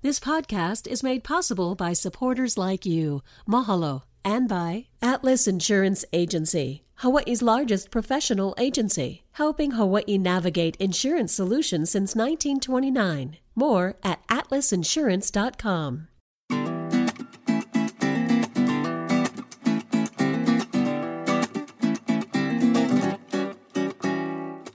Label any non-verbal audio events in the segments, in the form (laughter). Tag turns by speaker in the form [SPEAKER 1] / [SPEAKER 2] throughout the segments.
[SPEAKER 1] This podcast is made possible by supporters like you. Mahalo. And by Atlas Insurance Agency, Hawaii's largest professional agency, helping Hawaii navigate insurance solutions since 1929. More at atlasinsurance.com.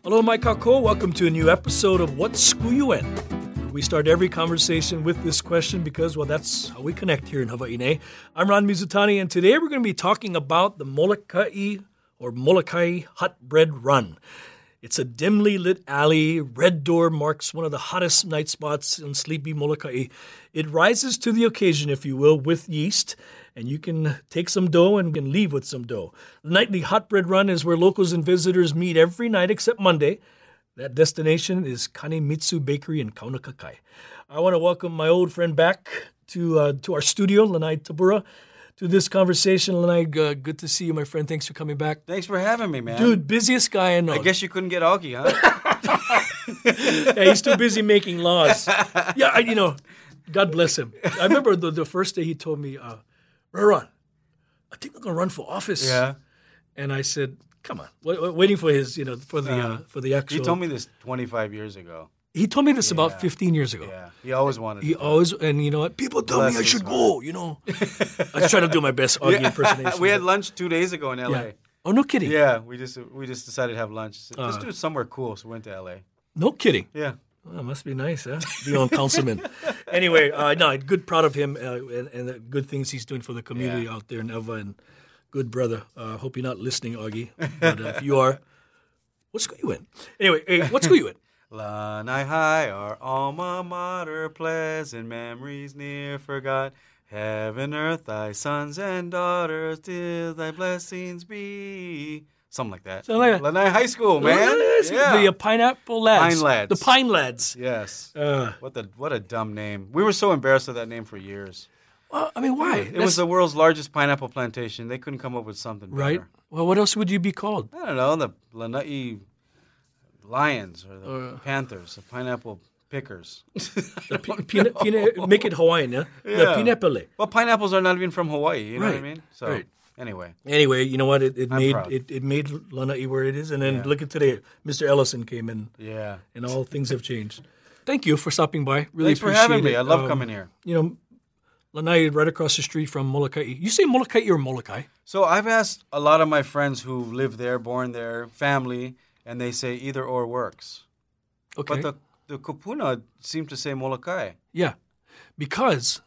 [SPEAKER 2] Hello, Mike Kako. Welcome to a new episode of What School You In. We start every conversation with this question because, well, that's how we connect here in Hawaii. Ne? I'm Ron Mizutani, and today we're going to be talking about the Molokai or Molokai Hot Bread Run. It's a dimly lit alley. Red Door marks one of the hottest night spots in sleepy Molokai. It rises to the occasion, if you will, with yeast, and you can take some dough and can leave with some dough. The nightly hot bread run is where locals and visitors meet every night except Monday. That destination is Kanemitsu Bakery in Kaunakakai. I want to welcome my old friend back to uh, to our studio, Lanai Tabura, to this conversation. Lanai, g- uh, good to see you, my friend. Thanks for coming back.
[SPEAKER 3] Thanks for having me, man.
[SPEAKER 2] Dude, busiest guy I know.
[SPEAKER 3] I guess you couldn't get
[SPEAKER 2] (laughs)
[SPEAKER 3] Augie, huh?
[SPEAKER 2] yeah, he's too busy making laws. Yeah, I, you know, God bless him. I remember the, the first day he told me, uh, Ron, I think I'm gonna run for office.
[SPEAKER 3] yeah.
[SPEAKER 2] And I said, Come on, wa- wa- waiting for his, you know, for the uh, for the actual.
[SPEAKER 3] Uh-huh. He told me this 25 years ago.
[SPEAKER 2] He told me this about
[SPEAKER 3] Yeah.
[SPEAKER 2] 15 years ago.
[SPEAKER 3] Yeah. He always wanted
[SPEAKER 2] He
[SPEAKER 3] to.
[SPEAKER 2] always and you know what people tell
[SPEAKER 3] Bless
[SPEAKER 2] me I
[SPEAKER 3] his
[SPEAKER 2] should
[SPEAKER 3] heart.
[SPEAKER 2] go. You know, I was trying to do my best
[SPEAKER 3] (laughs)
[SPEAKER 2] Augie impersonation.
[SPEAKER 3] we had lunch two days ago in LA.
[SPEAKER 2] yeah.
[SPEAKER 3] Yeah.
[SPEAKER 2] Oh no kidding.
[SPEAKER 3] we just we just decided to have lunch. So
[SPEAKER 2] Uh.
[SPEAKER 3] Let's do it somewhere cool. So we went to LA.
[SPEAKER 2] No kidding.
[SPEAKER 3] Yeah.
[SPEAKER 2] Well, it must be nice, huh? Being on
[SPEAKER 3] (laughs)
[SPEAKER 2] councilman. anyway, uh, no, good, proud of him uh, and, and the good things he's doing for the community
[SPEAKER 3] Yeah.
[SPEAKER 2] out there in Eva and good brother. Uh, hope you're not listening, Augie. But uh, if you are, what's going you in? Anyway, hey, what's going you
[SPEAKER 3] (laughs)
[SPEAKER 2] in?
[SPEAKER 3] Lanai High, our alma mater, pleasant memories near forgot. Heaven, earth, thy sons and daughters, till thy blessings be. Something like that.
[SPEAKER 2] Something like that.
[SPEAKER 3] Lanai High School, man. Yeah.
[SPEAKER 2] The uh, pineapple lads.
[SPEAKER 3] Pine lads.
[SPEAKER 2] The pine lads.
[SPEAKER 3] yes.
[SPEAKER 2] Uh,
[SPEAKER 3] What the what a dumb name. We were so embarrassed of that name for years.
[SPEAKER 2] well, I mean, why?
[SPEAKER 3] It was the world's largest pineapple plantation. They couldn't come up with something better.
[SPEAKER 2] right. Well, what else would you be called?
[SPEAKER 3] I don't know, the Lanai Lions or the Panthers, the pineapple pickers. (laughs)
[SPEAKER 2] The pi- pina, pina, make it Hawaiian, yeah? The
[SPEAKER 3] Yeah.
[SPEAKER 2] pineapple.
[SPEAKER 3] well, pineapples are not even from Hawaii, you know what I
[SPEAKER 2] Right,
[SPEAKER 3] mean? So
[SPEAKER 2] right.
[SPEAKER 3] anyway.
[SPEAKER 2] Anyway, you know what? It, it made
[SPEAKER 3] proud.
[SPEAKER 2] it, it made Lanai where it is, and then look at today. Mr. Ellison came in.
[SPEAKER 3] Yeah.
[SPEAKER 2] and all things have changed. (laughs) Thank you for stopping by. Really
[SPEAKER 3] Thanks for
[SPEAKER 2] appreciate
[SPEAKER 3] having me.
[SPEAKER 2] it.
[SPEAKER 3] I love
[SPEAKER 2] Um,
[SPEAKER 3] coming here.
[SPEAKER 2] You know, Lanai right across the street from Molokai. You say Molokai or Molokai?
[SPEAKER 3] So I've asked a lot of my friends who live there, born there, family, and they say either or works.
[SPEAKER 2] Okay.
[SPEAKER 3] But the the kupuna seem to say Molokai.
[SPEAKER 2] yeah, because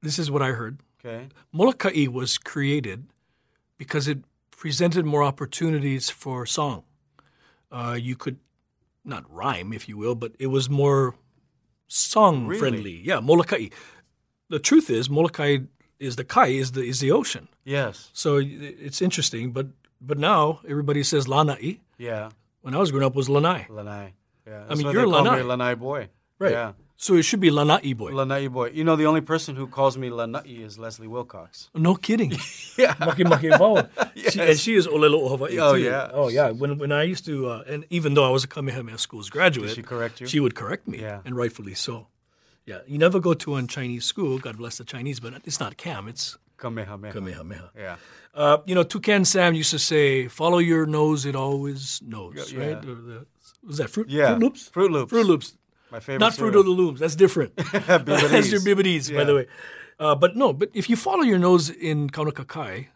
[SPEAKER 2] this is what I heard.
[SPEAKER 3] Okay.
[SPEAKER 2] Molokai was created because it presented more opportunities for song. Uh, you could not rhyme, if you will, but it was more song
[SPEAKER 3] Really?
[SPEAKER 2] friendly. Yeah, Molokai. The truth is, Molokai is the kai is the is the ocean.
[SPEAKER 3] Yes.
[SPEAKER 2] So i- it's interesting, but but now everybody says Lanai.
[SPEAKER 3] Yeah.
[SPEAKER 2] When I was growing up, it was Lanai.
[SPEAKER 3] Lanai. Yeah. That's
[SPEAKER 2] mean,
[SPEAKER 3] why
[SPEAKER 2] you're
[SPEAKER 3] they call me
[SPEAKER 2] Lanai.
[SPEAKER 3] Lanai boy. Yeah.
[SPEAKER 2] So it should be Lanai boy.
[SPEAKER 3] Lanai boy. You know, the only person who calls me Lanai is Leslie Wilcox.
[SPEAKER 2] no
[SPEAKER 3] (laughs)
[SPEAKER 2] kidding. yeah. Maki maki vau. She- and she is Olelo Hawaii
[SPEAKER 3] Oh,
[SPEAKER 2] too.
[SPEAKER 3] yeah.
[SPEAKER 2] Oh yeah. When when I used to, uh, and even though I was a Kamehameha School's graduate,
[SPEAKER 3] she correct you?
[SPEAKER 2] She would correct me,
[SPEAKER 3] Yeah.
[SPEAKER 2] and rightfully so. Yeah. You never go to a Chinese school. God bless the Chinese, but it's not Cam. It's
[SPEAKER 3] Kamehameha.
[SPEAKER 2] Kamehameha.
[SPEAKER 3] Yeah.
[SPEAKER 2] Uh, you know, Toucan Sam used to say, "Follow your nose; it always knows."
[SPEAKER 3] Yeah, yeah.
[SPEAKER 2] Right? Or the- was that fruit?
[SPEAKER 3] Yeah.
[SPEAKER 2] Fruit loops.
[SPEAKER 3] Fruit Loops.
[SPEAKER 2] Fruit Loops.
[SPEAKER 3] My favorite.
[SPEAKER 2] Not Fruit
[SPEAKER 3] (laughs)
[SPEAKER 2] of the Looms. That's different. (laughs) That's your Bibides, by the way. Uh, but no, but if you follow your nose in Kaunakakai,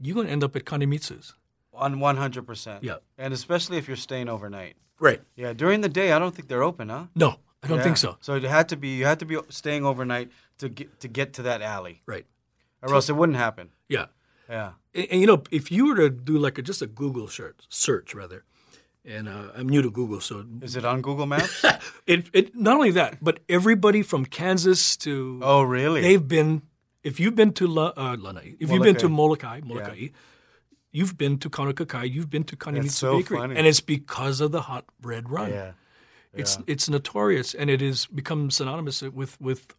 [SPEAKER 2] you're going to end up at Kanemitsu's.
[SPEAKER 3] On 100%.
[SPEAKER 2] Yeah.
[SPEAKER 3] And especially if you're staying overnight.
[SPEAKER 2] Right.
[SPEAKER 3] Yeah. During the day, I don't think they're open, huh?
[SPEAKER 2] No, I don't
[SPEAKER 3] Yeah.
[SPEAKER 2] think so.
[SPEAKER 3] So it had to be you had to be staying overnight to get to get to that alley,
[SPEAKER 2] Right.
[SPEAKER 3] or else it wouldn't happen.
[SPEAKER 2] Yeah.
[SPEAKER 3] Yeah.
[SPEAKER 2] And, and, you know, if you were to do like a, just a Google search, search rather, and uh, I'm new to Google, so
[SPEAKER 3] Is it on Google
[SPEAKER 2] (laughs)
[SPEAKER 3] Maps?
[SPEAKER 2] it, it not only that, but everybody from Kansas to
[SPEAKER 3] oh, really?
[SPEAKER 2] they've been if you've been to La, uh, Lanai, if you've been to Molokai, Molokai, you've been to Kaunakakai, you've been to Kanemitsu
[SPEAKER 3] so
[SPEAKER 2] Bakery,
[SPEAKER 3] funny.
[SPEAKER 2] and it's because of the hot bread run.
[SPEAKER 3] yeah.
[SPEAKER 2] It's it's notorious, and it has become synonymous with with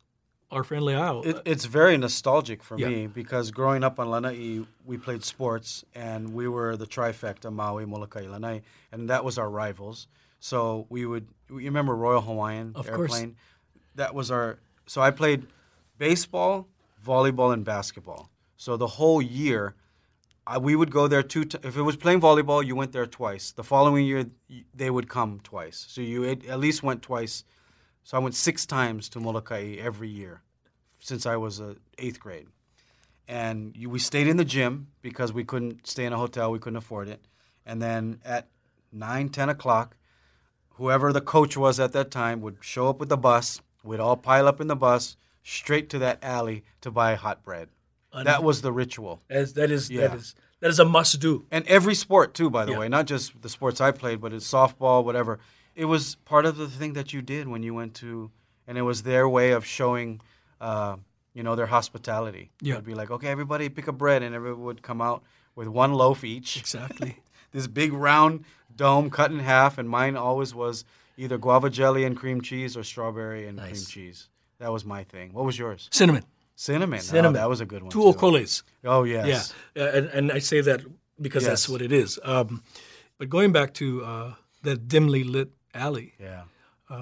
[SPEAKER 2] our friendly isle.
[SPEAKER 3] It, it's very nostalgic for
[SPEAKER 2] Yeah.
[SPEAKER 3] me because growing up on Lanai, we played sports and we were the trifecta Maui, Molokai, Lanai, and that was our rivals. So we would, you remember Royal Hawaiian
[SPEAKER 2] Of course.
[SPEAKER 3] Airplane? That was our so I played baseball, volleyball, and basketball. So the whole year, I, we would go there two. T- if it was playing volleyball, you went there twice. The following year, y- they would come twice. So you at at least went twice. So I went six times to Molokai every year since I was uh, eighth grade. And you, we stayed in the gym because we couldn't stay in a hotel. We couldn't afford it. And then at nine, ten o'clock, whoever the coach was at that time would show up with the bus. We'd all pile up in the bus straight to that alley to buy hot bread. that was the ritual.
[SPEAKER 2] Uh, As that is
[SPEAKER 3] Yeah.
[SPEAKER 2] that is that is a must do.
[SPEAKER 3] And every sport too, by the
[SPEAKER 2] Yeah.
[SPEAKER 3] way, not just the sports I played, but it's softball, whatever. It was part of the thing that you did when you went to, and it was their way of showing, uh, you know, their hospitality.
[SPEAKER 2] Yeah.
[SPEAKER 3] it'd be like, okay, everybody pick a bread, and everyone would come out with one loaf each
[SPEAKER 2] Exactly.
[SPEAKER 3] (laughs) this big round dome cut in half, and mine always was either guava jelly and cream cheese or strawberry and cream
[SPEAKER 2] Nice.
[SPEAKER 3] cheese. That was my thing. What was yours?
[SPEAKER 2] Cinnamon.
[SPEAKER 3] Cinnamon. Oh,
[SPEAKER 2] Cinnamon.
[SPEAKER 3] that was a good one.
[SPEAKER 2] Two
[SPEAKER 3] too.
[SPEAKER 2] ocoles.
[SPEAKER 3] Oh yes.
[SPEAKER 2] Yeah, Uh, and, and I say that because that's
[SPEAKER 3] Yes.
[SPEAKER 2] what it is. Um, but going back to uh, that dimly lit alley,
[SPEAKER 3] Yeah. Yeah.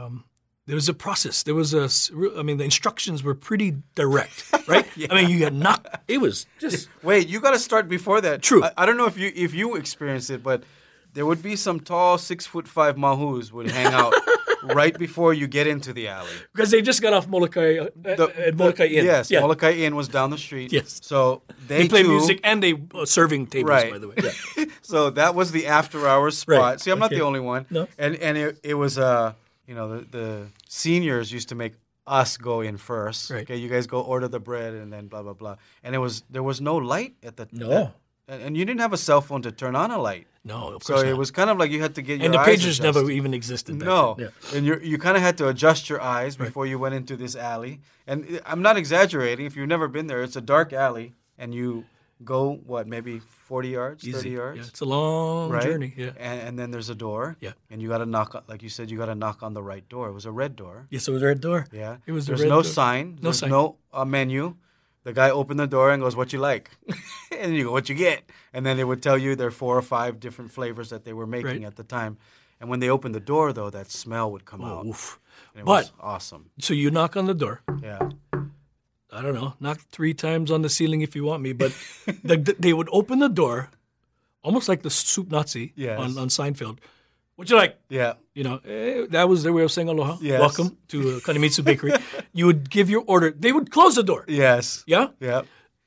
[SPEAKER 2] there was a process. There was a, s- re- I mean, the instructions were pretty direct, (laughs) right? I mean, you had knocked. It was just
[SPEAKER 3] Wait, you got to start before that.
[SPEAKER 2] True.
[SPEAKER 3] I, I don't know if you if you experienced it, but there would be some tall six foot five mahus would hang out right before you get into the alley.
[SPEAKER 2] (laughs) because they just got off Molokai uh, at, at Molokai Inn.
[SPEAKER 3] Yes,
[SPEAKER 2] yeah.
[SPEAKER 3] Molokai Inn was down the street.
[SPEAKER 2] Yes.
[SPEAKER 3] So they,
[SPEAKER 2] They played
[SPEAKER 3] too-
[SPEAKER 2] music and they uh, serving tables,
[SPEAKER 3] Right.
[SPEAKER 2] by the way. Yeah.
[SPEAKER 3] (laughs) so that was the after hours spot.
[SPEAKER 2] Right,
[SPEAKER 3] See, I'm not
[SPEAKER 2] okay.
[SPEAKER 3] the only one.
[SPEAKER 2] No.
[SPEAKER 3] And and it, it was uh you know the, the seniors used to make us go in first.
[SPEAKER 2] Right.
[SPEAKER 3] Okay, you guys go order the bread and then blah blah blah. And it was there was no light at the
[SPEAKER 2] No.
[SPEAKER 3] that- and and you didn't have a cell phone to turn on a light.
[SPEAKER 2] No, of
[SPEAKER 3] So
[SPEAKER 2] course
[SPEAKER 3] it
[SPEAKER 2] not.
[SPEAKER 3] was kind of like you had to get your
[SPEAKER 2] and the
[SPEAKER 3] eyes
[SPEAKER 2] pages
[SPEAKER 3] adjusted.
[SPEAKER 2] never even existed. back
[SPEAKER 3] No,
[SPEAKER 2] then.
[SPEAKER 3] and you you kind of had to adjust your eyes before you went into this alley. And uh, I'm not exaggerating. If you've never been there, it's a dark alley, and you go what maybe 40 yards,
[SPEAKER 2] Yeah.
[SPEAKER 3] 30
[SPEAKER 2] Easy.
[SPEAKER 3] yards
[SPEAKER 2] Yeah, it's a long
[SPEAKER 3] right?
[SPEAKER 2] journey. Yeah.
[SPEAKER 3] And, and then there's a door.
[SPEAKER 2] Yeah.
[SPEAKER 3] And you got to knock, on- like you said, you got to knock on the right door. It was a red door.
[SPEAKER 2] Yes, it was a red door.
[SPEAKER 3] Yeah.
[SPEAKER 2] It was a
[SPEAKER 3] There's
[SPEAKER 2] red
[SPEAKER 3] no
[SPEAKER 2] door.
[SPEAKER 3] sign.
[SPEAKER 2] No
[SPEAKER 3] There's
[SPEAKER 2] sign.
[SPEAKER 3] no uh, menu. The guy opened the door and goes, "What you like?" (laughs) and you go, "What you get?" And then they would tell you there are four or five different flavors that they were making
[SPEAKER 2] Right.
[SPEAKER 3] at the time. And when they opened the door, though, that smell would come out.
[SPEAKER 2] Oof.
[SPEAKER 3] And it was
[SPEAKER 2] Oh, But
[SPEAKER 3] awesome.
[SPEAKER 2] so you knock on the door.
[SPEAKER 3] Yeah.
[SPEAKER 2] I don't know, knock three times on the ceiling if you want me, but the, the, they would open the door, almost like the soup Nazi
[SPEAKER 3] Yes.
[SPEAKER 2] on, on Seinfeld. What you like?
[SPEAKER 3] Yeah.
[SPEAKER 2] You know, eh, that was their way of saying aloha.
[SPEAKER 3] Yes.
[SPEAKER 2] Welcome to uh, Kanemitsu Bakery. you would give your order. They would close the door.
[SPEAKER 3] Yes.
[SPEAKER 2] Yeah.
[SPEAKER 3] Yeah.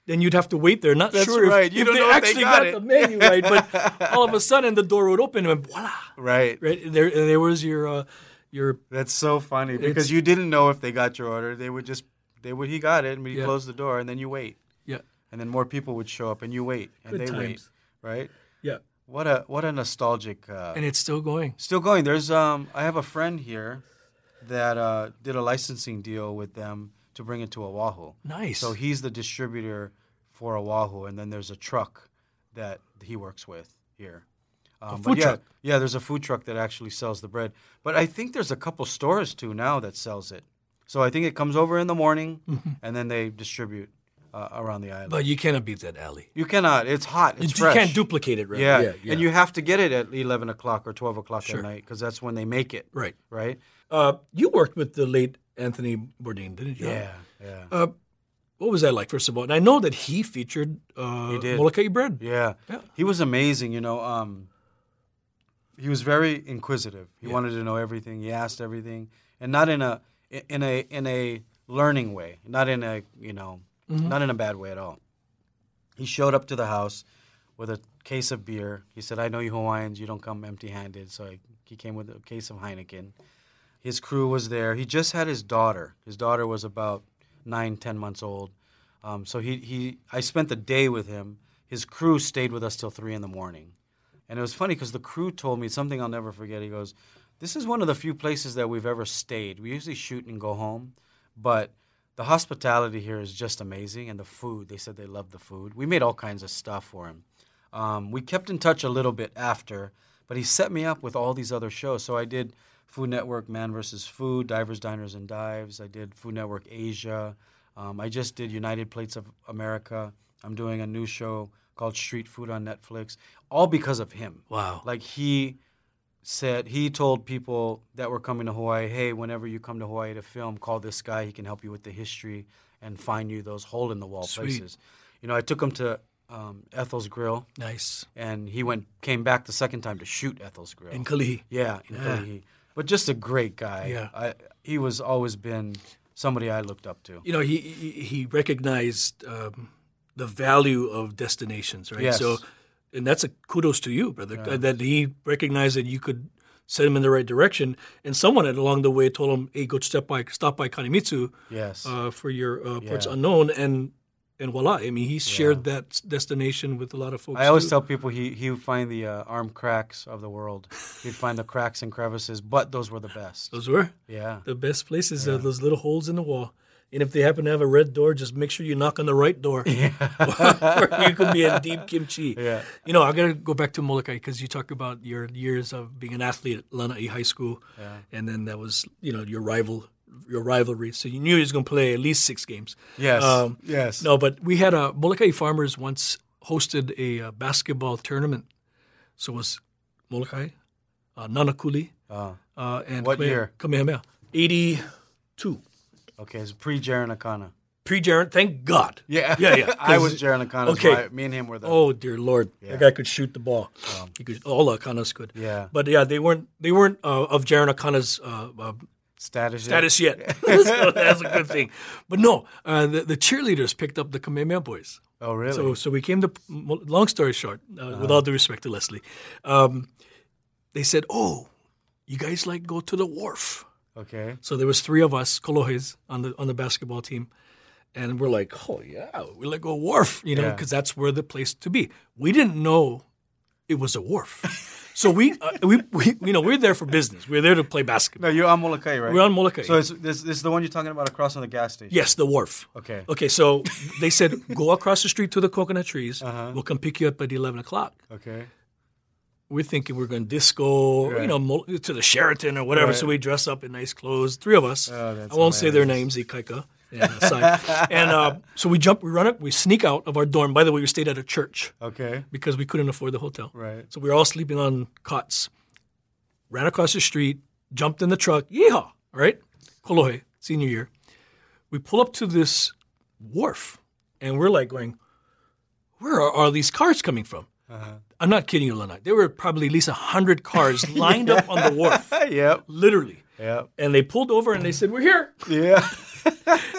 [SPEAKER 2] Then you'd have to wait there. Not
[SPEAKER 3] That's
[SPEAKER 2] sure if-
[SPEAKER 3] right.
[SPEAKER 2] if,
[SPEAKER 3] You don't
[SPEAKER 2] they
[SPEAKER 3] know if they
[SPEAKER 2] actually
[SPEAKER 3] got it.
[SPEAKER 2] the menu right, but all of a sudden the door would open and voila,
[SPEAKER 3] Right.
[SPEAKER 2] right there. And there was your uh, your
[SPEAKER 3] That's so funny because you didn't know if they got your order. They would just they would he got it and we
[SPEAKER 2] Yeah.
[SPEAKER 3] closed the door and then you wait.
[SPEAKER 2] yeah
[SPEAKER 3] and then more people would show up and you wait and
[SPEAKER 2] Good
[SPEAKER 3] they wait
[SPEAKER 2] times.
[SPEAKER 3] right
[SPEAKER 2] yeah,
[SPEAKER 3] what a what a nostalgic uh,
[SPEAKER 2] and it's still going.
[SPEAKER 3] still going there's um i have a friend here that uh, did a licensing deal with them to bring it to oahu
[SPEAKER 2] Nice.
[SPEAKER 3] so he's the distributor for oahu and then there's a truck that he works with here um, but
[SPEAKER 2] food
[SPEAKER 3] yeah,
[SPEAKER 2] truck.
[SPEAKER 3] yeah there's a food truck that actually sells the bread but i think there's a couple stores too now that sells it so i think it comes over in the morning and then they distribute uh, around the island
[SPEAKER 2] Mm-hmm. but you cannot beat that alley.
[SPEAKER 3] you cannot. It's hot. It's
[SPEAKER 2] you
[SPEAKER 3] fresh.
[SPEAKER 2] can't duplicate it, right?
[SPEAKER 3] Yeah. and you have to get it at eleven o'clock or twelve o'clock at night because that's when they make it.
[SPEAKER 2] right.
[SPEAKER 3] Right.
[SPEAKER 2] Uh, you worked with the late Anthony Bourdain, didn't you? Uh,
[SPEAKER 3] Yeah.
[SPEAKER 2] What was that like, first of all? And I know that he featured uh,
[SPEAKER 3] did.
[SPEAKER 2] Molokai bread.
[SPEAKER 3] yeah.
[SPEAKER 2] Yeah.
[SPEAKER 3] He was amazing. You know. Um, he was very inquisitive. He wanted to know everything. He asked everything, and not in a in a in a learning way. Not in a you know not in a bad way at all. He showed up to the house with a case of beer. He said, "I know you Hawaiians. You don't come empty-handed." So I, he came with a case of Heineken. his crew was there. He just had his daughter. His daughter was about nine, ten months old. Um, so he, he, I spent the day with him. His crew stayed with us till three in the morning, and it was funny because the crew told me something I'll never forget. He goes, "This is one of the few places that we've ever stayed. We usually shoot and go home, but." The hospitality here is just amazing, and the food. They said they loved the food. We made all kinds of stuff for him. Um, we kept in touch a little bit after, but he set me up with all these other shows. So I did Food Network Man vs. Food, Divers, Diners, and Dives. I did Food Network Asia. Um, I just did United Plates of America. I'm doing a
[SPEAKER 2] Oh.
[SPEAKER 3] new show called Street Food on Netflix, all because of him.
[SPEAKER 2] Wow.
[SPEAKER 3] Like he said he told people that were coming to Hawaii, hey, whenever you come to Hawaii to film, call this guy. He can help you with the history and find you those hole in the wall
[SPEAKER 2] Sweet.
[SPEAKER 3] places. You know, I took him to um, Ethel's Grill,
[SPEAKER 2] Nice.
[SPEAKER 3] and he went came back the second time to shoot Ethel's Grill.
[SPEAKER 2] And Kalihi.
[SPEAKER 3] yeah, in Kalihi. but just a great guy.
[SPEAKER 2] Yeah.
[SPEAKER 3] I, he was always been somebody I looked up to.
[SPEAKER 2] you know he he, he recognized um, the value of destinations right
[SPEAKER 3] Yes.
[SPEAKER 2] so and that's a kudos to you brother that he recognized that you could set him in the right direction and someone had along the way told him hey go step by stop by kanemitsu
[SPEAKER 3] Yes.
[SPEAKER 2] uh, for your uh, parts
[SPEAKER 3] Yeah.
[SPEAKER 2] unknown and and voila i mean he shared that s- destination with a lot of folks
[SPEAKER 3] I always
[SPEAKER 2] too.
[SPEAKER 3] tell people he he would find the uh, arm cracks of the world. He'd find the cracks and crevices, but those were the best.
[SPEAKER 2] those were
[SPEAKER 3] Yeah.
[SPEAKER 2] the best places are those little holes in the wall and if they happen to have a red door, just make sure you knock on the right door. (laughs) or you could be in deep kimchi.
[SPEAKER 3] (laughs) Yeah.
[SPEAKER 2] You know, I got to go back to Molokai because you talk about your years of being an athlete at Lanai High School, and then that was you know your rival, your rivalry. So you knew you was going to play at least six games.
[SPEAKER 3] Yes.
[SPEAKER 2] Um,
[SPEAKER 3] yes.
[SPEAKER 2] No, but we had a Molokai Farmers once hosted a uh, basketball tournament. So it was Molokai, uh, Nanakuli,
[SPEAKER 3] Oh.
[SPEAKER 2] uh, and
[SPEAKER 3] What
[SPEAKER 2] Kameha-
[SPEAKER 3] year?
[SPEAKER 2] Kamehameha, eighty-two.
[SPEAKER 3] Okay, it's pre Jaron Akana.
[SPEAKER 2] Pre-Jaren, thank God.
[SPEAKER 3] (laughs) Yeah.
[SPEAKER 2] (laughs) yeah, yeah.
[SPEAKER 3] I
[SPEAKER 2] 'cause-
[SPEAKER 3] was Jaron Akana.
[SPEAKER 2] Okay.
[SPEAKER 3] Okay. Me and him were the.
[SPEAKER 2] Oh dear lord, that guy could shoot the ball. he could all Akana's could.
[SPEAKER 3] Yeah.
[SPEAKER 2] but yeah, they weren't they weren't uh, of Jaron Akana's uh, uh,
[SPEAKER 3] Status.
[SPEAKER 2] status yet. (laughs) so that's a good thing. But no, uh, the, the cheerleaders picked up the Kamehameha boys.
[SPEAKER 3] Oh, really?
[SPEAKER 2] So
[SPEAKER 3] Uh-huh.
[SPEAKER 2] so we came to long story short, uh, with all due respect to Leslie, um, they said, "Oh, you guys like go to the wharf."
[SPEAKER 3] okay.
[SPEAKER 2] So there was three of us, Kolohes, on the on the basketball team, and we're like, oh yeah, we like go wharf, you know,
[SPEAKER 3] Yeah.
[SPEAKER 2] because that's where the place to be. We didn't know it was a wharf, so we, uh, we we you know we're there for business. We're there to play
[SPEAKER 3] No,
[SPEAKER 2] basketball.
[SPEAKER 3] you're on Molokai, right?
[SPEAKER 2] We're on Molokai.
[SPEAKER 3] So it's, this, this is the one you're talking about across on the gas station.
[SPEAKER 2] yes, the wharf.
[SPEAKER 3] Okay.
[SPEAKER 2] Okay, so they said go across the street to the coconut trees.
[SPEAKER 3] Uh-huh.
[SPEAKER 2] We'll come pick you up at eleven o'clock.
[SPEAKER 3] Okay.
[SPEAKER 2] we're thinking we're going to disco, you
[SPEAKER 3] Right.
[SPEAKER 2] know, mo- to the Sheraton or whatever. So we dress up in nice clothes, three of us. I won't
[SPEAKER 3] Oh, that's
[SPEAKER 2] say their names, Ikaika. And, (laughs) uh, Sai. and uh, so we jump, we run up, we sneak out of our dorm. By the way, we stayed at a church
[SPEAKER 3] Okay.
[SPEAKER 2] because we couldn't afford the hotel.
[SPEAKER 3] Right.
[SPEAKER 2] So we were all sleeping on cots. Ran across the street, jumped in the truck. Yeehaw! All right, Kolohe, senior year. We pull up to this wharf, and we're like going, "Where are, are these cars coming from?"
[SPEAKER 3] Uh-huh.
[SPEAKER 2] I'm not kidding you, Lanai. There were probably at least hundred
[SPEAKER 3] (laughs)
[SPEAKER 2] cars lined up on the wharf,
[SPEAKER 3] Hey, yep.
[SPEAKER 2] literally.
[SPEAKER 3] Yep.
[SPEAKER 2] And they pulled over and they said, "We're
[SPEAKER 3] (laughs)
[SPEAKER 2] here,"
[SPEAKER 3] Yeah.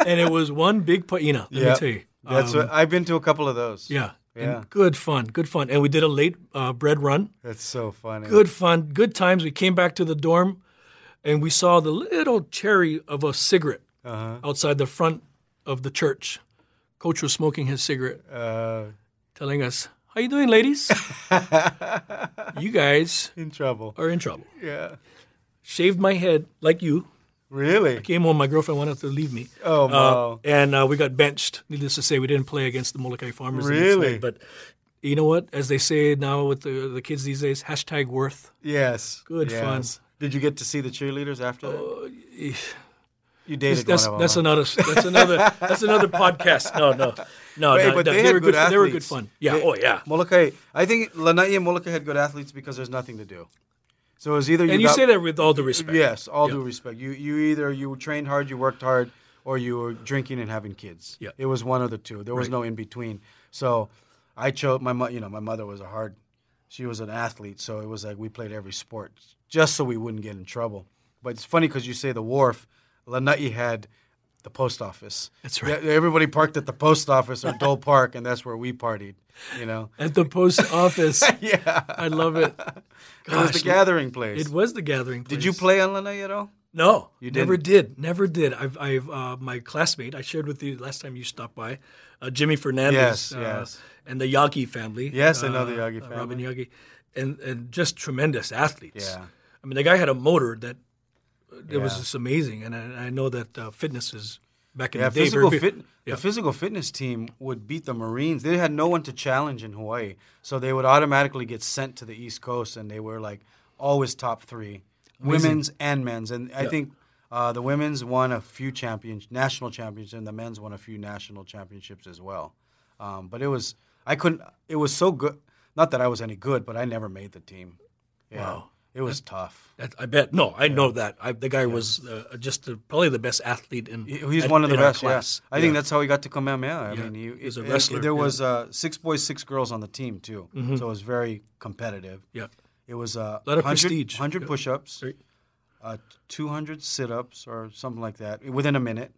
[SPEAKER 2] and it was one big paina. Let
[SPEAKER 3] Yeah.
[SPEAKER 2] me tell you, Um,
[SPEAKER 3] That's what I've been to a couple of those.
[SPEAKER 2] yeah,
[SPEAKER 3] Yeah.
[SPEAKER 2] and good fun, good fun. And we did a late uh, bread run.
[SPEAKER 3] That's so funny.
[SPEAKER 2] good fun, good times. We came back to the dorm, and we saw the little cherry of a cigarette
[SPEAKER 3] Uh-huh.
[SPEAKER 2] outside the front of the church. Coach was smoking his cigarette,
[SPEAKER 3] Uh,
[SPEAKER 2] telling us, "How you doing,
[SPEAKER 3] (laughs)
[SPEAKER 2] ladies? you guys
[SPEAKER 3] in trouble.
[SPEAKER 2] are in trouble."
[SPEAKER 3] Yeah.
[SPEAKER 2] Shaved my head like you.
[SPEAKER 3] Really?
[SPEAKER 2] Came home. My girlfriend wanted to leave me.
[SPEAKER 3] Oh,
[SPEAKER 2] Uh,
[SPEAKER 3] wow.
[SPEAKER 2] and uh, we got benched. Needless to say, we didn't play against the Molokai Farmers. the next
[SPEAKER 3] Really?
[SPEAKER 2] night, but you know what? As they say now with the, the kids these days, hashtag worth.
[SPEAKER 3] Yes.
[SPEAKER 2] Good fun.
[SPEAKER 3] yes. Did you get to see the cheerleaders after that? You
[SPEAKER 2] That's
[SPEAKER 3] dated
[SPEAKER 2] that's,
[SPEAKER 3] one of
[SPEAKER 2] that's
[SPEAKER 3] them.
[SPEAKER 2] another that's another that's another podcast. No, no, no,
[SPEAKER 3] Hey,
[SPEAKER 2] no,
[SPEAKER 3] but
[SPEAKER 2] no,
[SPEAKER 3] they, had
[SPEAKER 2] were
[SPEAKER 3] good,
[SPEAKER 2] fun- They were good
[SPEAKER 3] athletes.
[SPEAKER 2] fun. Yeah.
[SPEAKER 3] They-
[SPEAKER 2] oh yeah.
[SPEAKER 3] Molokai. I think Lanai and Molokai had good athletes because there's nothing to do. So it was either you
[SPEAKER 2] And you
[SPEAKER 3] got-
[SPEAKER 2] say that with all the respect.
[SPEAKER 3] Yes, all due respect. You you either you trained hard, you worked hard, or you were drinking and having kids.
[SPEAKER 2] Yeah.
[SPEAKER 3] It was one of the two. There was no in between. So I chose my mo- you know, my mother was a hard she was an athlete, so it was like we played every sport just so we wouldn't get in trouble. But it's funny cuz you say the wharf, Lanai had the post office.
[SPEAKER 2] That's right.
[SPEAKER 3] Yeah, Everybody parked at the post office or Dole Park, and that's where we partied. You know,
[SPEAKER 2] At the post office.
[SPEAKER 3] (laughs) yeah,
[SPEAKER 2] I love it.
[SPEAKER 3] it was the
[SPEAKER 2] Gosh,
[SPEAKER 3] gathering place.
[SPEAKER 2] It was the gathering.
[SPEAKER 3] Did you
[SPEAKER 2] place.
[SPEAKER 3] play on Lanai at all?
[SPEAKER 2] No,
[SPEAKER 3] You
[SPEAKER 2] never did. Never did. I've, I've uh, my classmate. I shared with you last time you stopped by, uh, Jimmy Fernandez.
[SPEAKER 3] Yes,
[SPEAKER 2] uh,
[SPEAKER 3] yes.
[SPEAKER 2] And the Yagi family.
[SPEAKER 3] Yes, I know the Yagi
[SPEAKER 2] uh,
[SPEAKER 3] family.
[SPEAKER 2] Robin Yagi, and and just tremendous athletes.
[SPEAKER 3] Yeah.
[SPEAKER 2] I mean, the guy had a motor that uh, it was
[SPEAKER 3] Yeah.
[SPEAKER 2] just amazing, and I, I know that uh, fitness is back in
[SPEAKER 3] Yeah,
[SPEAKER 2] the day.
[SPEAKER 3] physical
[SPEAKER 2] very-
[SPEAKER 3] fit,
[SPEAKER 2] Yeah.
[SPEAKER 3] the physical fitness team would beat the Marines. They had no one to challenge in Hawaii, so they would automatically get sent to the East Coast, and they were like always top three, women's and men's. And I think uh, the women's won a few champions, national championships, and the men's won a few national championships as well. Um, but it was I couldn't. It was so good. Not that I was any good, but I never made the team. Yeah.
[SPEAKER 2] Wow.
[SPEAKER 3] It was tough.
[SPEAKER 2] That- I bet. No, I know that. I, the guy was uh, just uh, probably the best athlete in.
[SPEAKER 3] He- He's
[SPEAKER 2] at-
[SPEAKER 3] one of the
[SPEAKER 2] in our
[SPEAKER 3] best. Yes,
[SPEAKER 2] class.
[SPEAKER 3] I think that's how he got to Kamehameha. I
[SPEAKER 2] Yeah,
[SPEAKER 3] mean, he,
[SPEAKER 2] he was a
[SPEAKER 3] and
[SPEAKER 2] wrestler,
[SPEAKER 3] There
[SPEAKER 2] yeah. Mm-hmm.
[SPEAKER 3] was uh, six boys, six girls on the team too, so it was very competitive.
[SPEAKER 2] Yeah.
[SPEAKER 3] It was uh,
[SPEAKER 2] Lot of
[SPEAKER 3] 100,
[SPEAKER 2] prestige.
[SPEAKER 3] 100
[SPEAKER 2] Yeah.
[SPEAKER 3] push-ups,
[SPEAKER 2] Right.
[SPEAKER 3] uh, 200 sit-ups, or something like that within a minute,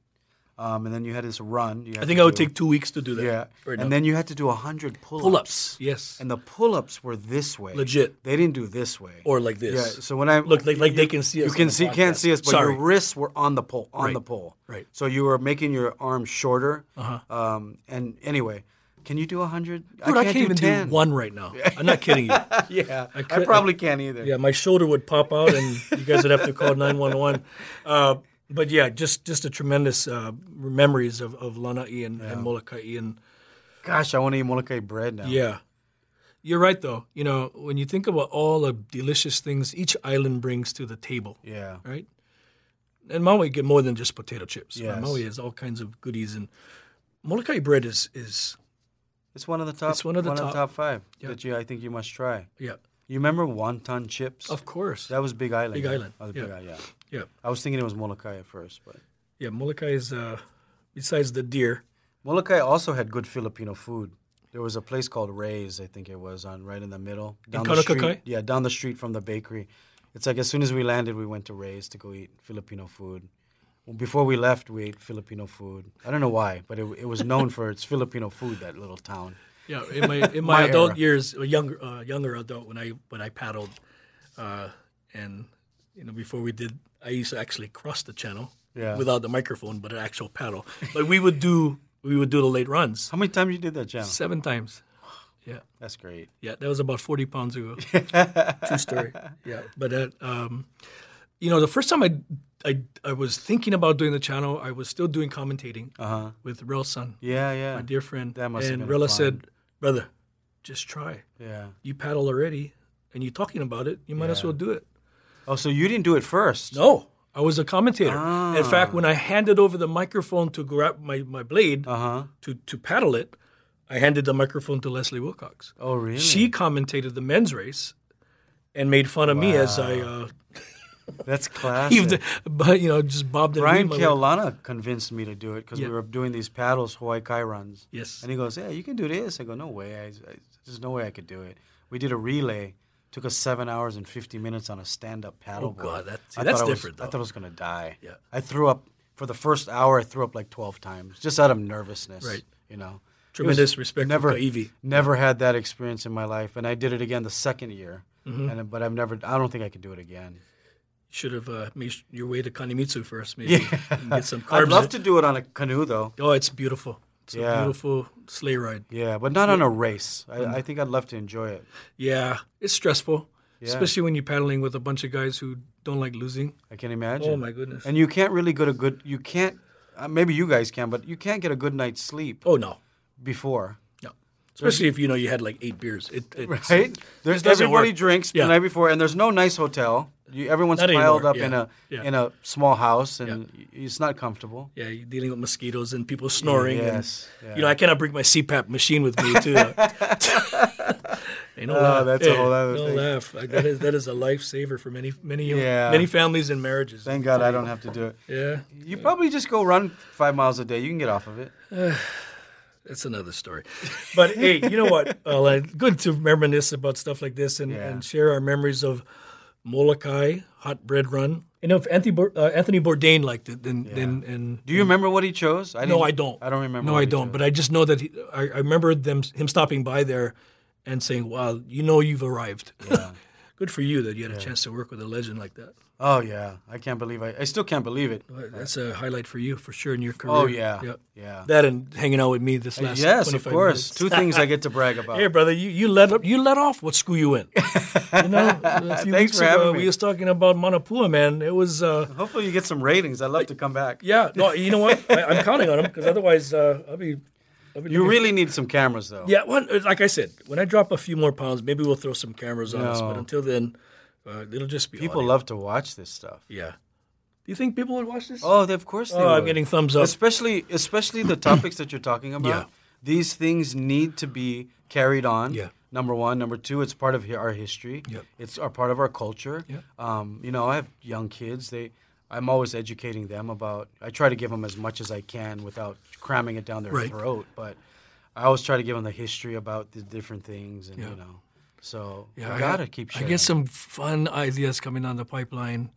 [SPEAKER 3] um, and then you had this run. You had
[SPEAKER 2] I think
[SPEAKER 3] to
[SPEAKER 2] I would
[SPEAKER 3] do.
[SPEAKER 2] take two weeks to do that.
[SPEAKER 3] Yeah,
[SPEAKER 2] Right now.
[SPEAKER 3] and then you had to do 100 pull-ups.
[SPEAKER 2] pull-ups. Yes.
[SPEAKER 3] And the pull-ups were this way.
[SPEAKER 2] Legit.
[SPEAKER 3] They didn't do this way.
[SPEAKER 2] or like this.
[SPEAKER 3] yeah. So when I
[SPEAKER 2] Look, like, like they can see us.
[SPEAKER 3] you
[SPEAKER 2] on
[SPEAKER 3] can
[SPEAKER 2] the
[SPEAKER 3] see can't
[SPEAKER 2] podcast.
[SPEAKER 3] see us, but
[SPEAKER 2] Sorry.
[SPEAKER 3] your wrists were on the pole on the
[SPEAKER 2] Right.
[SPEAKER 3] pole.
[SPEAKER 2] Right.
[SPEAKER 3] So you were making your arm shorter. Uh-huh. Um, and anyway, can you do hundred?
[SPEAKER 2] Dude, I can't, even do one right now. I'm not kidding you.
[SPEAKER 3] (laughs) yeah, I,
[SPEAKER 2] can't-
[SPEAKER 3] probably can't either.
[SPEAKER 2] Yeah, my shoulder would pop out, and you guys would have to call nine one one. Uh, But yeah, just just a tremendous uh, memories of of Lanai and, and Molokai, and
[SPEAKER 3] Gosh, I want to eat Molokai bread now.
[SPEAKER 2] yeah, you're right though. You know, when you think about all the delicious things each island brings to the table,
[SPEAKER 3] Yeah.
[SPEAKER 2] right? And Maui get more than just potato chips.
[SPEAKER 3] Yes.
[SPEAKER 2] Maui has all kinds of goodies, and Molokai bread is is
[SPEAKER 3] It's one of the top.
[SPEAKER 2] It's one of the top-
[SPEAKER 3] five that you. I think you must try.
[SPEAKER 2] yeah,
[SPEAKER 3] You remember wonton chips?
[SPEAKER 2] of course,
[SPEAKER 3] That was Big Island.
[SPEAKER 2] Big
[SPEAKER 3] yeah.
[SPEAKER 2] Island,
[SPEAKER 3] That was
[SPEAKER 2] yeah.
[SPEAKER 3] Big Island. Yeah.
[SPEAKER 2] yeah,
[SPEAKER 3] I was thinking it was Molokai at first, but
[SPEAKER 2] yeah. Molokai is uh, besides the deer.
[SPEAKER 3] Molokai also had good Filipino food. There was a place called Ray's, I think it was, on right in the middle. the
[SPEAKER 2] Kalakakai?
[SPEAKER 3] street, yeah, down the street from the bakery. It's like as soon as we landed, we went to Ray's to go eat Filipino food. Well, Before we left, we ate Filipino food. I don't know why, but it, it was known for its Filipino food. That little town.
[SPEAKER 2] Yeah, in my in my,
[SPEAKER 3] My
[SPEAKER 2] adult
[SPEAKER 3] era.
[SPEAKER 2] years, a younger uh, younger adult when I when I paddled, uh, and you know before we did, I used to actually cross the channel
[SPEAKER 3] Yeah.
[SPEAKER 2] without the microphone, but an actual paddle. But we would do we would do the late runs
[SPEAKER 3] How many times you did that, Jam?
[SPEAKER 2] seven times. Yeah,
[SPEAKER 3] That's great.
[SPEAKER 2] yeah, that was about forty pounds
[SPEAKER 3] (laughs)
[SPEAKER 2] ago. True story. Yeah, but that um, you know the first time I. I, I was thinking about doing the channel. I was still doing commentating
[SPEAKER 3] Uh huh.
[SPEAKER 2] with Rel Sun,
[SPEAKER 3] Yeah, yeah,
[SPEAKER 2] my dear friend.
[SPEAKER 3] That must have
[SPEAKER 2] and
[SPEAKER 3] been
[SPEAKER 2] Rella
[SPEAKER 3] fun.
[SPEAKER 2] said, "Brother, just try."
[SPEAKER 3] yeah.
[SPEAKER 2] you paddle already and you're talking about it, you might as well do it.
[SPEAKER 3] Oh, so you didn't do it first?
[SPEAKER 2] No, I was a commentator.
[SPEAKER 3] Ah.
[SPEAKER 2] In fact, when I handed over the microphone to grab my, my blade
[SPEAKER 3] Uh huh.
[SPEAKER 2] to, to paddle it, I handed the microphone to Leslie Wilcox.
[SPEAKER 3] Oh, really?
[SPEAKER 2] She commentated the men's race and made fun of me as I uh, (laughs)
[SPEAKER 3] That's classic.
[SPEAKER 2] heaved, but you know, just bobbed and (laughs)
[SPEAKER 3] Brian
[SPEAKER 2] weaved my way.
[SPEAKER 3] Kaolana convinced me to do it because
[SPEAKER 2] Yeah.
[SPEAKER 3] we were doing these paddles, Hawaii Kai runs.
[SPEAKER 2] Yes.
[SPEAKER 3] And he goes, Yeah, you can do this. I go, No way. I, I, there's no way I could do it. We did a relay. Took us seven hours and 50 minutes on a stand up paddle.
[SPEAKER 2] Oh, God, that- see,
[SPEAKER 3] I
[SPEAKER 2] that's
[SPEAKER 3] thought I was-
[SPEAKER 2] different,
[SPEAKER 3] I
[SPEAKER 2] though.
[SPEAKER 3] thought I was going to die.
[SPEAKER 2] Yeah.
[SPEAKER 3] I threw up for the first hour, I threw up like 12 times just out of nervousness.
[SPEAKER 2] Right.
[SPEAKER 3] You know? It was-
[SPEAKER 2] Tremendous respect
[SPEAKER 3] Never,
[SPEAKER 2] for Evie.
[SPEAKER 3] never had that experience in my life. And I did it again the second year.
[SPEAKER 2] Mm-hmm.
[SPEAKER 3] And, but I've never, I don't think I could do it again.
[SPEAKER 2] Should have uh, made your way to Kanemitsu first, maybe, and get some carbs.
[SPEAKER 3] (laughs) I'd love to do it on a canoe, though.
[SPEAKER 2] Oh, it's beautiful. It's a
[SPEAKER 3] Yeah.
[SPEAKER 2] beautiful sleigh ride.
[SPEAKER 3] Yeah, but not on a race. I,
[SPEAKER 2] Mm-hmm.
[SPEAKER 3] I think I'd love to enjoy it.
[SPEAKER 2] Yeah, it's stressful, especially when you're paddling with a bunch of guys who don't like losing.
[SPEAKER 3] I can imagine.
[SPEAKER 2] Oh my goodness.
[SPEAKER 3] And you can't really get a good. You can't. Uh, maybe you guys can, but you can't get a good night's sleep
[SPEAKER 2] Oh no, (laughs)
[SPEAKER 3] before,
[SPEAKER 2] no. Especially if you know you had like eight beers. It, it
[SPEAKER 3] right? There's
[SPEAKER 2] doesn't
[SPEAKER 3] everybody
[SPEAKER 2] work.
[SPEAKER 3] drinks
[SPEAKER 2] Yeah.
[SPEAKER 3] the night before, and there's no nice hotel. You, everyone's
[SPEAKER 2] Not
[SPEAKER 3] piled
[SPEAKER 2] anymore,
[SPEAKER 3] up in
[SPEAKER 2] yeah,
[SPEAKER 3] a
[SPEAKER 2] yeah.
[SPEAKER 3] in a small house, and y it's not comfortable.
[SPEAKER 2] Yeah, you're dealing with mosquitoes and people snoring. and,
[SPEAKER 3] Yes, yeah.
[SPEAKER 2] You know I cannot bring my CPAP machine with me
[SPEAKER 3] (laughs)
[SPEAKER 2] too. Hey, no laugh.
[SPEAKER 3] Ah, that's a
[SPEAKER 2] Hey,
[SPEAKER 3] whole other
[SPEAKER 2] no
[SPEAKER 3] thing.
[SPEAKER 2] laugh. Like, that is that is a lifesaver for many many
[SPEAKER 3] (laughs) Yeah.
[SPEAKER 2] many families and marriages.
[SPEAKER 3] Thank God I don't have to do it.
[SPEAKER 2] yeah,
[SPEAKER 3] You probably just go run five miles a day. You can get off of it.
[SPEAKER 2] that's another story. (laughs) But hey, you know what? Uh, like, good to reminisce about stuff like this and,
[SPEAKER 3] Yeah.
[SPEAKER 2] and share our memories of Molokai Hot Bread Run. You know, if Anthony, Bour- uh, Anthony Bourdain liked it, then then and
[SPEAKER 3] Do you remember what he chose? I
[SPEAKER 2] Mm. no,
[SPEAKER 3] didn't-
[SPEAKER 2] I don't.
[SPEAKER 3] I don't remember.
[SPEAKER 2] No,
[SPEAKER 3] what
[SPEAKER 2] I
[SPEAKER 3] he
[SPEAKER 2] don't.
[SPEAKER 3] chose.
[SPEAKER 2] But I just know that he, I, I remember them him stopping by there and saying, "Wow, you know, you've arrived." good for you that you had a chance to work with a legend like that.
[SPEAKER 3] Oh yeah, I can't believe I. I still can't believe it.
[SPEAKER 2] That's a highlight for you for sure in your career.
[SPEAKER 3] Oh yeah,
[SPEAKER 2] Yep.
[SPEAKER 3] yeah.
[SPEAKER 2] That and hanging out with me this last
[SPEAKER 3] yes, of
[SPEAKER 2] 25
[SPEAKER 3] course.
[SPEAKER 2] minutes.
[SPEAKER 3] Two things I get to
[SPEAKER 2] (laughs)
[SPEAKER 3] brag about.
[SPEAKER 2] Hey, brother, you, you let up, you let off what school you in. You
[SPEAKER 3] (laughs)
[SPEAKER 2] know, a few
[SPEAKER 3] Thanks
[SPEAKER 2] weeks
[SPEAKER 3] for
[SPEAKER 2] ago
[SPEAKER 3] having
[SPEAKER 2] we
[SPEAKER 3] me.
[SPEAKER 2] was talking about Manapua, man. It was, uh,
[SPEAKER 3] Hopefully, you get some ratings. I'd love to come back.
[SPEAKER 2] yeah. No, you know
[SPEAKER 3] (laughs)
[SPEAKER 2] what? I, I'm counting on him because otherwise uh, I'll be. I'll be
[SPEAKER 3] You
[SPEAKER 2] looking-
[SPEAKER 3] really need some cameras, though.
[SPEAKER 2] Yeah, one, like I said, when I drop a few more pounds, maybe we'll throw some cameras on us. But
[SPEAKER 3] No.
[SPEAKER 2] until then, uh, it'll just be
[SPEAKER 3] People
[SPEAKER 2] audio.
[SPEAKER 3] love to watch this stuff.
[SPEAKER 2] Yeah. Do you think people would watch this?
[SPEAKER 3] Oh, they, of course they
[SPEAKER 2] Oh, I'm
[SPEAKER 3] would.
[SPEAKER 2] getting thumbs up.
[SPEAKER 3] Especially, especially the topics that you're talking about.
[SPEAKER 2] Yeah.
[SPEAKER 3] These things need to be carried on.
[SPEAKER 2] Yeah.
[SPEAKER 3] Number one, number two, it's part of hi- our history.
[SPEAKER 2] Yep.
[SPEAKER 3] It's our part of our culture.
[SPEAKER 2] Yep.
[SPEAKER 3] Um, you know, I have young kids. They, I'm always educating them about. I try to give them as much as I can without cramming it down their
[SPEAKER 2] Right.
[SPEAKER 3] throat. But I always try to give them the history about the different things, and
[SPEAKER 2] Yeah.
[SPEAKER 3] you know, so
[SPEAKER 2] Yeah,
[SPEAKER 3] I gotta keep.
[SPEAKER 2] I
[SPEAKER 3] Sharing.
[SPEAKER 2] get some fun ideas coming down the pipeline.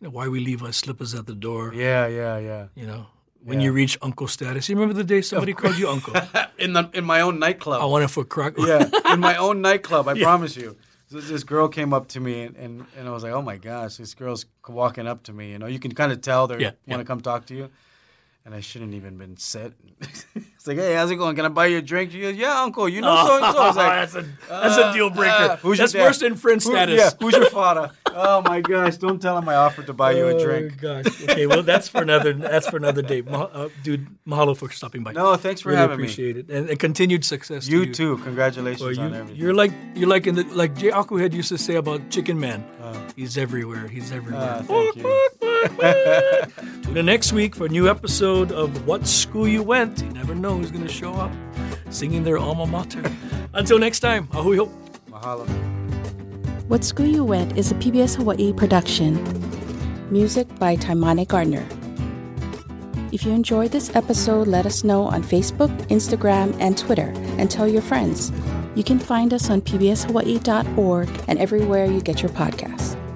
[SPEAKER 2] You know, why we leave our slippers at the door.
[SPEAKER 3] Yeah, yeah, yeah.
[SPEAKER 2] You know, when you reach uncle status. You remember the day somebody called you uncle?
[SPEAKER 3] (laughs) in the in my own
[SPEAKER 2] I
[SPEAKER 3] nightclub.
[SPEAKER 2] want it for croc.
[SPEAKER 3] (laughs)
[SPEAKER 2] (laughs)
[SPEAKER 3] yeah, in my own nightclub. I promise you. This, this girl came up to me and, and, and I was like, oh my gosh, this girl's walking up to me. You know, you can kind of tell they
[SPEAKER 2] Yeah,
[SPEAKER 3] want
[SPEAKER 2] yeah.
[SPEAKER 3] to come talk to you. And I shouldn't even been set. (laughs) it's like, hey, how's it going? Can I buy you a drink? She goes, yeah, uncle. You know so
[SPEAKER 2] (laughs)
[SPEAKER 3] and so. I was like,
[SPEAKER 2] Oh, that's a that's a deal breaker.
[SPEAKER 3] "Ah, who's your
[SPEAKER 2] uh, that's
[SPEAKER 3] dad?
[SPEAKER 2] worse than friend
[SPEAKER 3] Who-
[SPEAKER 2] status.
[SPEAKER 3] Yeah, who's
[SPEAKER 2] (laughs)
[SPEAKER 3] your father? oh my gosh, don't tell him I offered to buy you a drink.
[SPEAKER 2] Oh, gosh. Okay. Well, that's for another. That's for another day, Ma- uh, dude. Mahalo for stopping by.
[SPEAKER 3] No, thanks for
[SPEAKER 2] really
[SPEAKER 3] having me.
[SPEAKER 2] appreciate it, and, and continued success. to
[SPEAKER 3] You
[SPEAKER 2] you.
[SPEAKER 3] too. Congratulations
[SPEAKER 2] Well,
[SPEAKER 3] on
[SPEAKER 2] you,
[SPEAKER 3] everything.
[SPEAKER 2] you're like you're like in the like Jay Aquahead used to say about Chicken Man.
[SPEAKER 3] Uh.
[SPEAKER 2] he's everywhere. He's everywhere.
[SPEAKER 3] Ah, thank you.
[SPEAKER 2] (laughs) Tune in next week for a new episode of What School You Went. You never know who's going to show up singing their alma mater. Until next time, ahui ho.
[SPEAKER 3] Mahalo.
[SPEAKER 4] What School You Went is a PBS Hawaii production. Music by Taimane Gardner. If you enjoyed this episode, let us know on Facebook, Instagram, and Twitter, and tell your friends. You can find us on pbshawaii.org and everywhere you get your podcasts.